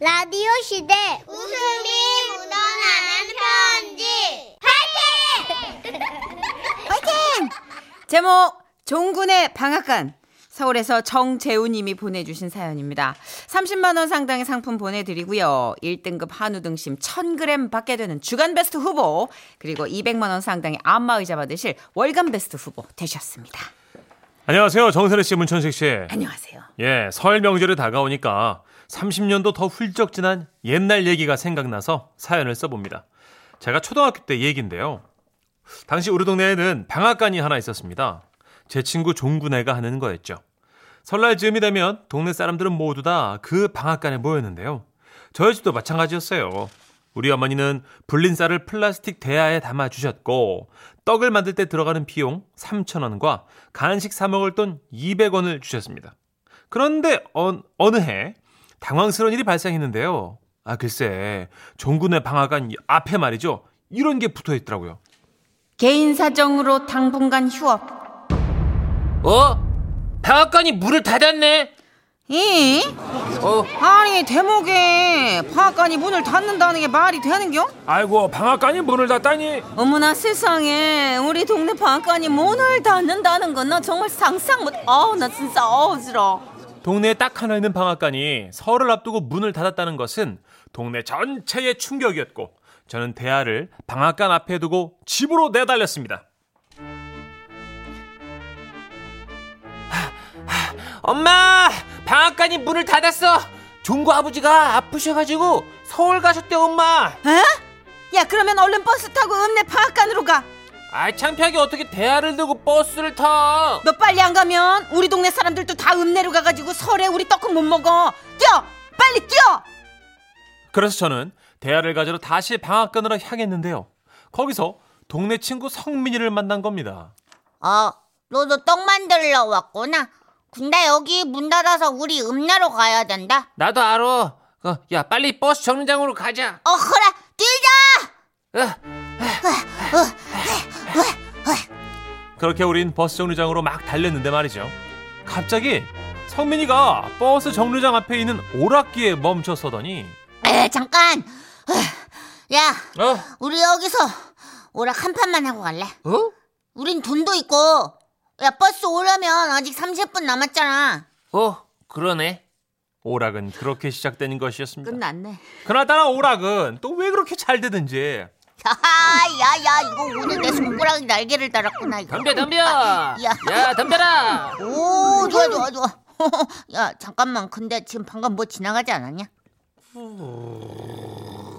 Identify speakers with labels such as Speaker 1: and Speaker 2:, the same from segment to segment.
Speaker 1: 라디오 시대 웃음이 묻어나는 편지
Speaker 2: 제목 종군의 방앗간 서울에서 정재우님이 보내주신 사연입니다. 30만 원 상당의 상품 보내드리고요. 1등급 한우 등심 1,000g 받게 되는 주간 베스트 후보 그리고 200만 원 상당의 안마의자 받으실 월간 베스트 후보 되셨습니다.
Speaker 3: 안녕하세요. 정선혜 씨, 문천식 씨.
Speaker 2: 안녕하세요.
Speaker 3: 예, 설 명절이 다가오니까 30년도 더 훌쩍 지난 옛날 얘기가 생각나서 사연을 써봅니다. 제가 초등학교 때 얘기인데요. 당시 우리 동네에는 방앗간이 하나 있었습니다. 제 친구 종군애가 하는 거였죠. 설날 즈음이 되면 동네 사람들은 모두 다 그 방앗간에 모였는데요. 저희 집도 마찬가지였어요. 우리 어머니는 불린 쌀을 플라스틱 대야에 담아 주셨고 떡을 만들 때 들어가는 비용 3,000원과 간식 사 먹을 돈 200원을 주셨습니다. 그런데 어, 어느 해 당황스러운 일이 발생했는데요. 아 글쎄 종군의 방앗간 앞에 말이죠. 이런 게 붙어 있더라고요.
Speaker 2: 개인 사정으로 당분간 휴업.
Speaker 4: 어? 방앗간이 물을 닫았네?
Speaker 2: 이?
Speaker 4: 어,
Speaker 2: 아니 대목에 방앗간이 문을 닫는다는 게 말이 되는겨?
Speaker 5: 아이고 방앗간이 문을 닫다니
Speaker 2: 어머나 세상에 우리 동네 방앗간이 문을 닫는다는 건 나 정말 상상 못. 아우 나 진짜 어지러.
Speaker 3: 동네에 딱 하나 있는 방앗간이 설을 앞두고 문을 닫았다는 것은 동네 전체의 충격이었고 저는 대야를 방앗간 앞에 두고 집으로 내달렸습니다.
Speaker 4: 엄마! 방앗간이 문을 닫았어! 종구 아버지가 아프셔가지고 서울 가셨대, 엄마!
Speaker 2: 야 그러면 얼른 버스 타고 읍내 방앗간으로 가.
Speaker 4: 아이, 창피하게 어떻게 대화를 들고 버스를 타!
Speaker 2: 너 빨리 안 가면 우리 동네 사람들도 다 읍내로 가가지고 설에 우리 떡국 못 먹어. 뛰어 빨리 뛰어.
Speaker 3: 그래서 저는 대야를 가지러 다시 방앗간으로 향했는데요. 거기서 동네 친구 성민이를 만난 겁니다.
Speaker 1: 어 너도 떡 만들러 왔구나 근데 여기 문 닫아서 우리 읍내로 가야 된다
Speaker 4: 나도 알아. 어, 야, 빨리 버스 정류장으로 가자.
Speaker 1: 어 그래 뛰자
Speaker 4: 어.
Speaker 3: 그렇게 우린 버스 정류장으로 막 달렸는데 말이죠. 갑자기 성민이가 버스 정류장 앞에 있는 오락기에 멈춰 서더니
Speaker 1: 에 잠깐 야
Speaker 4: 어?
Speaker 1: 우리 여기서 오락 한 판만 하고 갈래
Speaker 4: 어?
Speaker 1: 우린 돈도 있고 야 버스 오려면 아직 30분 남았잖아
Speaker 4: 어, 그러네.
Speaker 3: 오락은 그렇게 시작된
Speaker 1: 음,
Speaker 4: 그러니까.
Speaker 3: 것이었습니다.
Speaker 2: 끝났네.
Speaker 3: 그나저나 오락은 또 왜 그렇게 잘 되든지
Speaker 1: 야야 이거 오늘 내 손가락이 날개를 달았구나 이거.
Speaker 4: 덤벼, 덤벼! 야, 덤벼라!
Speaker 1: 오 좋아 좋아 좋아 야 잠깐만 근데 지금 방금 뭐 지나가지 않았냐?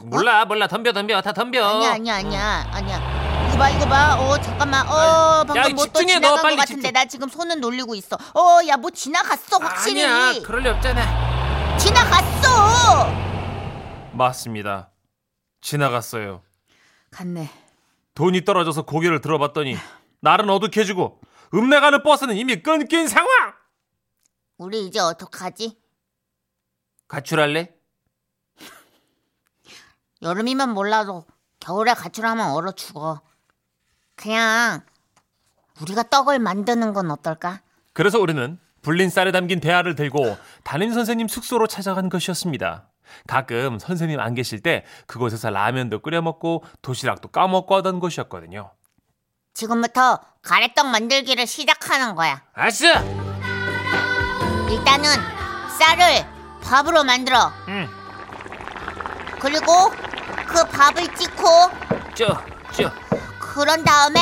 Speaker 4: 몰라, 몰라, 덤벼, 덤벼, 다 덤벼.
Speaker 1: 아니야 아니야 아니야 아니야 이거 봐 이거 봐어 잠깐만 어
Speaker 4: 야,
Speaker 1: 방금 뭐 또
Speaker 4: 집중해, 너
Speaker 1: 지나간 것
Speaker 4: 빨리
Speaker 1: 같은데
Speaker 4: 집중.
Speaker 1: 나 지금 손은 놀리고 있어 어 야 뭐 지나갔어 확실히
Speaker 4: 아니야, 그럴 리 없잖아.
Speaker 1: 지나갔어
Speaker 3: 맞습니다. 지나갔어요.
Speaker 2: 갔네.
Speaker 3: 돈이 떨어져서 고개를 들어봤더니 날은 어둑해지고 읍내 가는 버스는 이미 끊긴 상황.
Speaker 1: 우리 이제 어떡하지?
Speaker 4: 가출할래?
Speaker 1: 여름이면 몰라도 겨울에 가출하면 얼어 죽어 그냥 우리가 떡을 만드는 건 어떨까?
Speaker 3: 그래서 우리는 불린 쌀에 담긴 대야를 들고 담임 선생님 숙소로 찾아간 것이었습니다. 가끔 선생님 안 계실 때 그곳에서 라면도 끓여 먹고 도시락도 까먹고 하던 곳이었거든요.
Speaker 1: 지금부터 가래떡 만들기를 시작하는 거야
Speaker 4: 아싸!
Speaker 1: 일단은 쌀을 밥으로 만들어.
Speaker 3: 응.
Speaker 1: 그리고 그 밥을 찍고
Speaker 4: 저, 저.
Speaker 1: 그런 다음에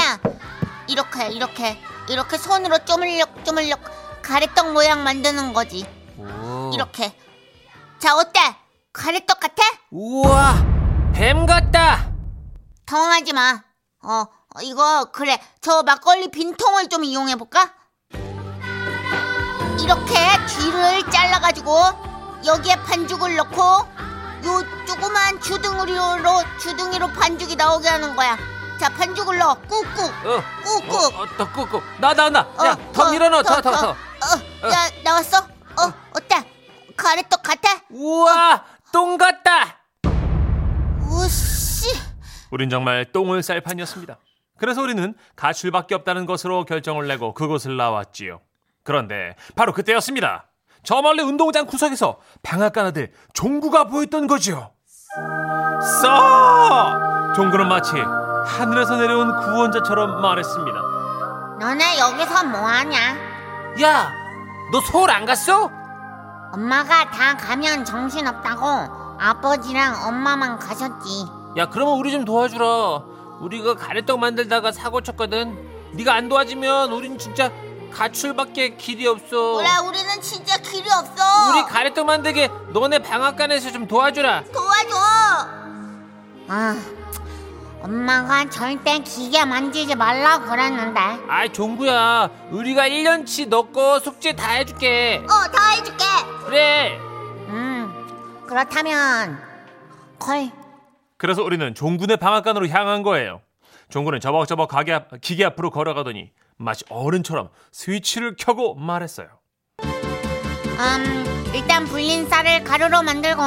Speaker 1: 이렇게 이렇게 이렇게 손으로 쪼물럭 쪼물럭 가래떡 모양 만드는 거지.
Speaker 4: 오.
Speaker 1: 이렇게. 자 어때? 가래떡 같아?
Speaker 4: 우와, 뱀 같다!
Speaker 1: 당황하지 마. 어 어, 이거 그래 저 막걸리 빈통을 좀 이용해 볼까? 이렇게 뒤를 잘라가지고 여기에 반죽을 넣고 요 조그만 주둥이로 주둥이로 반죽이 나오게 하는 거야. 자 반죽을 넣어 꾹꾹
Speaker 4: 어,
Speaker 1: 꾹꾹.
Speaker 4: 어, 어, 더 꾹꾹. 나, 나, 나. 야,
Speaker 1: 어,
Speaker 4: 더 밀어넣어, 더, 더, 더.
Speaker 1: 어, 야 나왔어? 어 어때? 가래떡 같아?
Speaker 4: 우와, 똥 같다!
Speaker 1: 우씨.
Speaker 3: 우린 정말 똥을 쌀판이었습니다. 그래서 우리는 가출밖에 없다는 것으로 결정을 내고 그곳을 나왔지요. 그런데 바로 그때였습니다. 저 멀리 운동장 구석에서 방앗간 아들 종구가 보였던 거지요. 싸! 종구는 마치 하늘에서 내려온 구원자처럼 말했습니다.
Speaker 1: 너네 여기서 뭐하냐?
Speaker 4: 야, 너 서울 안 갔어?
Speaker 1: 엄마가 다 가면 정신없다고 아버지랑 엄마만 가셨지.
Speaker 4: 야, 그러면 우리 좀 도와주라. 우리가 가래떡 만들다가 사고 쳤거든. 네가 안 도와주면 우린 진짜 가출밖에 길이 없어.
Speaker 1: 그래 우리는 진짜 길이 없어.
Speaker 4: 우리 가래떡 만들게 너네 방앗간에서 좀 도와주라.
Speaker 1: 도와줘. 아, 엄마가 절대 기계 만지지 말라고 그랬는데.
Speaker 4: 아이, 종구야. 우리가 1년치 너 거 숙제 다 해줄게.
Speaker 1: 어, 다 해줄게.
Speaker 4: 그래.
Speaker 1: 음, 그렇다면 콜.
Speaker 3: 그래서 우리는 종군의 방앗간으로 향한 거예요. 종군은 저벅저벅 가게 앞, 기계 앞으로 걸어가더니 마치 어른처럼 스위치를 켜고 말했어요.
Speaker 1: 음, 일단 불린 쌀을 가루로 만들고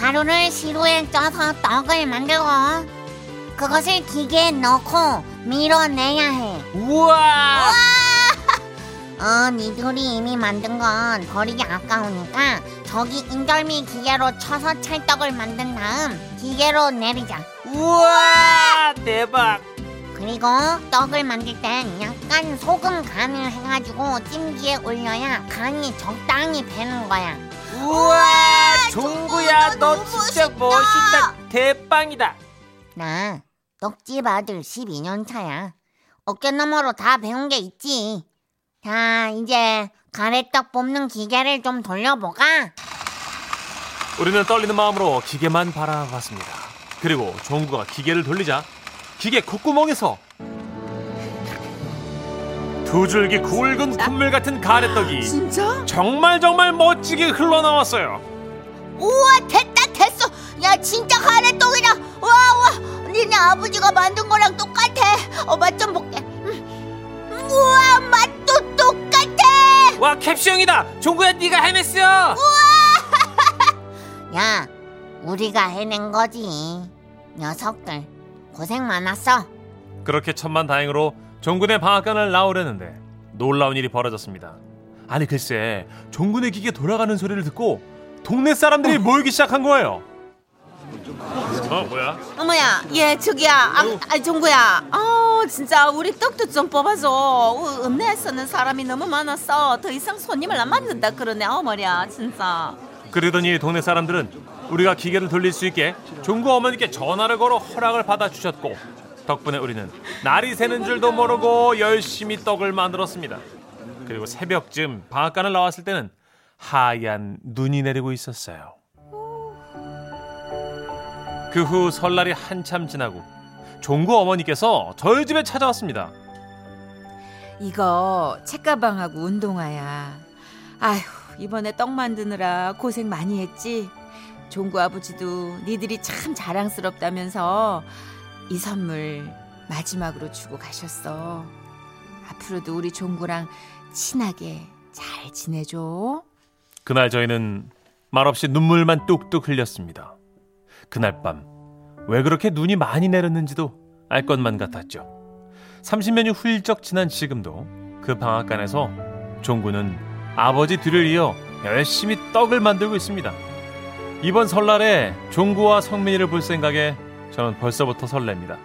Speaker 1: 가루를 시루에 쪄서 떡을 만들고 그것을 기계에 넣고 밀어내야 해.
Speaker 4: 우와.
Speaker 1: 어, 니들이 이미 만든 건 버리기 아까우니까 저기 인절미 기계로 쳐서 찰떡을 만든 다음 기계로 내리자.
Speaker 4: 우와. 대박.
Speaker 1: 그리고 떡을 만들 땐 약간 소금 간을 해가지고 찜기에 올려야 간이 적당히 배는 거야.
Speaker 4: 우와.
Speaker 1: 종구야,
Speaker 4: 종구야,
Speaker 1: 너
Speaker 4: 너
Speaker 1: 너무
Speaker 4: 진짜
Speaker 1: 멋있다.
Speaker 4: 멋있다. 대빵이다.
Speaker 1: 나 떡집 아들 12년 차야. 어깨너머로 다 배운 게 있지. 자, 이제 가래떡 뽑는 기계를 좀 돌려보가.
Speaker 3: 우리는 떨리는 마음으로 기계만 바라봤습니다. 그리고 종구가 기계를 돌리자 기계 콧구멍에서 두 줄기 굵은 콧물 같은 가래떡이
Speaker 2: 진짜?
Speaker 3: 정말 정말 멋지게 흘러나왔어요.
Speaker 1: 우와 됐다 됐어 야 진짜 가래떡이다 와와 니네 아버지가 만든 거랑 똑같아 어 맛 좀 볼게 음. 우와 맛도 똑같아
Speaker 4: 와, 캡숑이다. 종구야, 네가 헤맸어.
Speaker 1: 야 우리가 해낸 거지 녀석들 고생 많았어
Speaker 3: 그렇게 천만다행으로 종군의 방앗간을 나오려는데 놀라운 일이 벌어졌습니다. 아니 글쎄 종군의 기계 돌아가는 소리를 듣고 동네 사람들이 모이기 시작한 거예요. 어 뭐야?
Speaker 2: 어머야, 예, 저기야, 아, 아, 종구야. 아, 진짜 우리 떡도 좀 뽑아줘. 우, 읍내에 서는 사람이 너무 많아서 더 이상 손님을 안 맞는다 그러네. 어머야, 진짜.
Speaker 3: 그러더니 동네 사람들은 우리가 기계를 돌릴 수 있게 종구 어머니께 전화를 걸어 허락을 받아 주셨고 덕분에 우리는 날이 새는 줄도 모르고 열심히 떡을 만들었습니다. 그리고 새벽쯤 방앗간을 나왔을 때는 하얀 눈이 내리고 있었어요. 그 후 설날이 한참 지나고 종구 어머니께서 저희 집에 찾아왔습니다.
Speaker 2: 이거 책가방하고 운동화야. 아휴, 이번에 떡 만드느라 고생 많이 했지. 종구 아버지도 니들이 참 자랑스럽다면서 이 선물 마지막으로 주고 가셨어. 앞으로도 우리 종구랑 친하게 잘 지내줘.
Speaker 3: 그날 저희는 말없이 눈물만 뚝뚝 흘렸습니다. 그날 밤, 왜 그렇게 눈이 많이 내렸는지도 알 것만 같았죠. 30년이 훌쩍 지난 지금도 그 방앗간에서 종구는 아버지 뒤를 이어 열심히 떡을 만들고 있습니다. 이번 설날에 종구와 성민이를 볼 생각에 저는 벌써부터 설렙니다.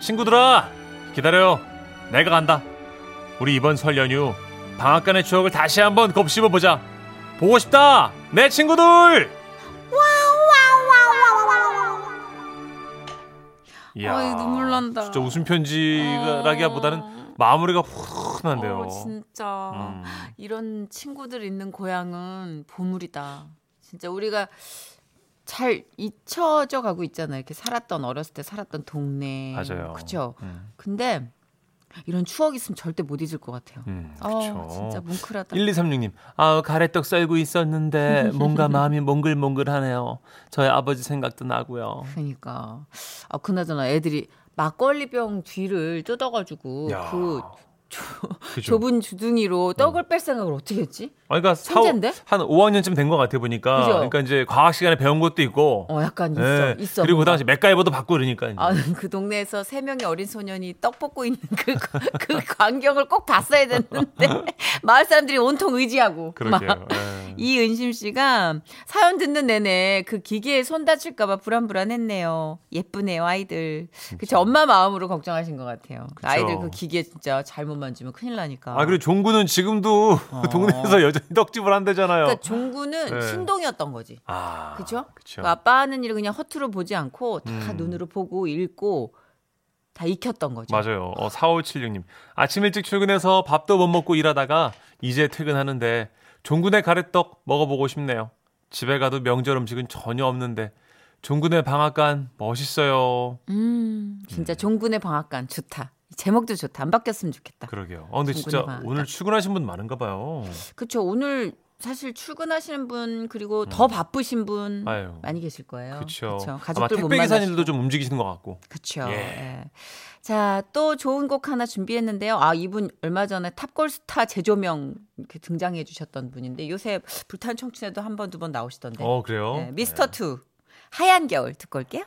Speaker 3: 친구들아, 기다려요. 내가 간다. 우리 이번 설 연휴 방앗간의 추억을 다시 한번 곱씹어 보자. 보고 싶다 내 친구들 이야,
Speaker 2: 어이, 눈물 난다.
Speaker 3: 진짜 웃음 편지라기보다는 마무리가 훈훈한데요
Speaker 2: 어, 진짜
Speaker 3: 음.
Speaker 2: 이런 친구들 있는 고향은 보물이다. 진짜 우리가 잘 잊혀져 가고 있잖아요. 이렇게 살았던 어렸을 때 살았던 동네.
Speaker 3: 맞아요.
Speaker 2: 그렇죠.
Speaker 3: 음,
Speaker 2: 근데 이런 추억 있으면 절대 못 잊을 것 같아요.
Speaker 3: 음,
Speaker 2: 어,
Speaker 3: 그쵸.
Speaker 2: 진짜 뭉클하다.
Speaker 3: 1236님, 아 가래떡 썰고 있었는데 뭔가 마음이 몽글몽글하네요. 저희 아버지 생각도 나고요.
Speaker 2: 그러니까 아 그나저나 애들이 막걸리병 뒤를 뜯어가지고
Speaker 3: 야.
Speaker 2: 그
Speaker 3: 그죠. 음.
Speaker 2: 좁은 주둥이로 떡을 뺄 생각을 어떻게 했지?
Speaker 3: 아, 그러니까 사, 오-
Speaker 2: 천재인데?
Speaker 3: 한 5학년쯤 된 것 같아 보니까.
Speaker 2: 그죠?
Speaker 3: 그러니까 이제 과학 시간에 배운 것도 있고.
Speaker 2: 어, 약간 있어,
Speaker 3: 예.
Speaker 2: 있어.
Speaker 3: 그리고 그
Speaker 2: 뭔가.
Speaker 3: 당시 맥가이버도 받고 그러니까. 이제.
Speaker 2: 아, 그 동네에서 세 명의 어린 소년이 떡 볶고 있는 그, 그 광경을 꼭 봤어야 됐는데 마을 사람들이 온통 의지하고
Speaker 3: 그러게요.
Speaker 2: 막.
Speaker 3: 예.
Speaker 2: 이은심 씨가 사연 듣는 내내 그 기계에 손 다칠까봐 불안불안했네요. 예쁘네요, 아이들. 그쵸, 엄마 마음으로 걱정하신 것 같아요. 아이들 그 기계 진짜 잘못 만지면 큰일 나니까.
Speaker 3: 아, 그리고 종구는 지금도 동네에서 여전히 떡집을 한대잖아요.
Speaker 2: 그러니까 종구는
Speaker 3: 네.
Speaker 2: 신동이었던 거지.
Speaker 3: 아.
Speaker 2: 그쵸?
Speaker 3: 그쵸. 음.
Speaker 2: 그 아빠 하는 일을 그냥 허투루 보지 않고 다 눈으로 보고 읽고 다 익혔던 거죠.
Speaker 3: 맞아요. 어, 4576님. 아침 일찍 출근해서 밥도 못 먹고 일하다가 이제 퇴근하는데 종군의 가래떡 먹어보고 싶네요. 집에 가도 명절 음식은 전혀 없는데 종군의 방앗간 멋있어요.
Speaker 2: 음,
Speaker 3: 네.
Speaker 2: 진짜 종군의 방앗간 좋다. 제목도 좋다. 안 바뀌었으면 좋겠다.
Speaker 3: 그러게요. 아, 근데
Speaker 2: 종군의
Speaker 3: 진짜
Speaker 2: 방앗간.
Speaker 3: 오늘 출근하신 분 많은가 봐요.
Speaker 2: 그렇죠. 오늘 사실 출근하시는 분 그리고 더 바쁘신 분
Speaker 3: 음. 아유.
Speaker 2: 많이 계실 거예요.
Speaker 3: 그렇죠.
Speaker 2: 그쵸.
Speaker 3: 아마
Speaker 2: 가족들 못
Speaker 3: 택배 기사님들도
Speaker 2: 만나시고.
Speaker 3: 좀 움직이시는 것 같고.
Speaker 2: 그렇죠.
Speaker 3: 예.
Speaker 2: 예. 자, 또 좋은 곡 하나 준비했는데요. 아, 이분 얼마 전에 탑골스타 재조명 이렇게 등장해 주셨던 분인데 요새 불탄 청춘에도 한 번 두 번 나오시던데.
Speaker 3: 어 그래요.
Speaker 2: 예, 미스터 투 하얀 겨울 듣고 올게요.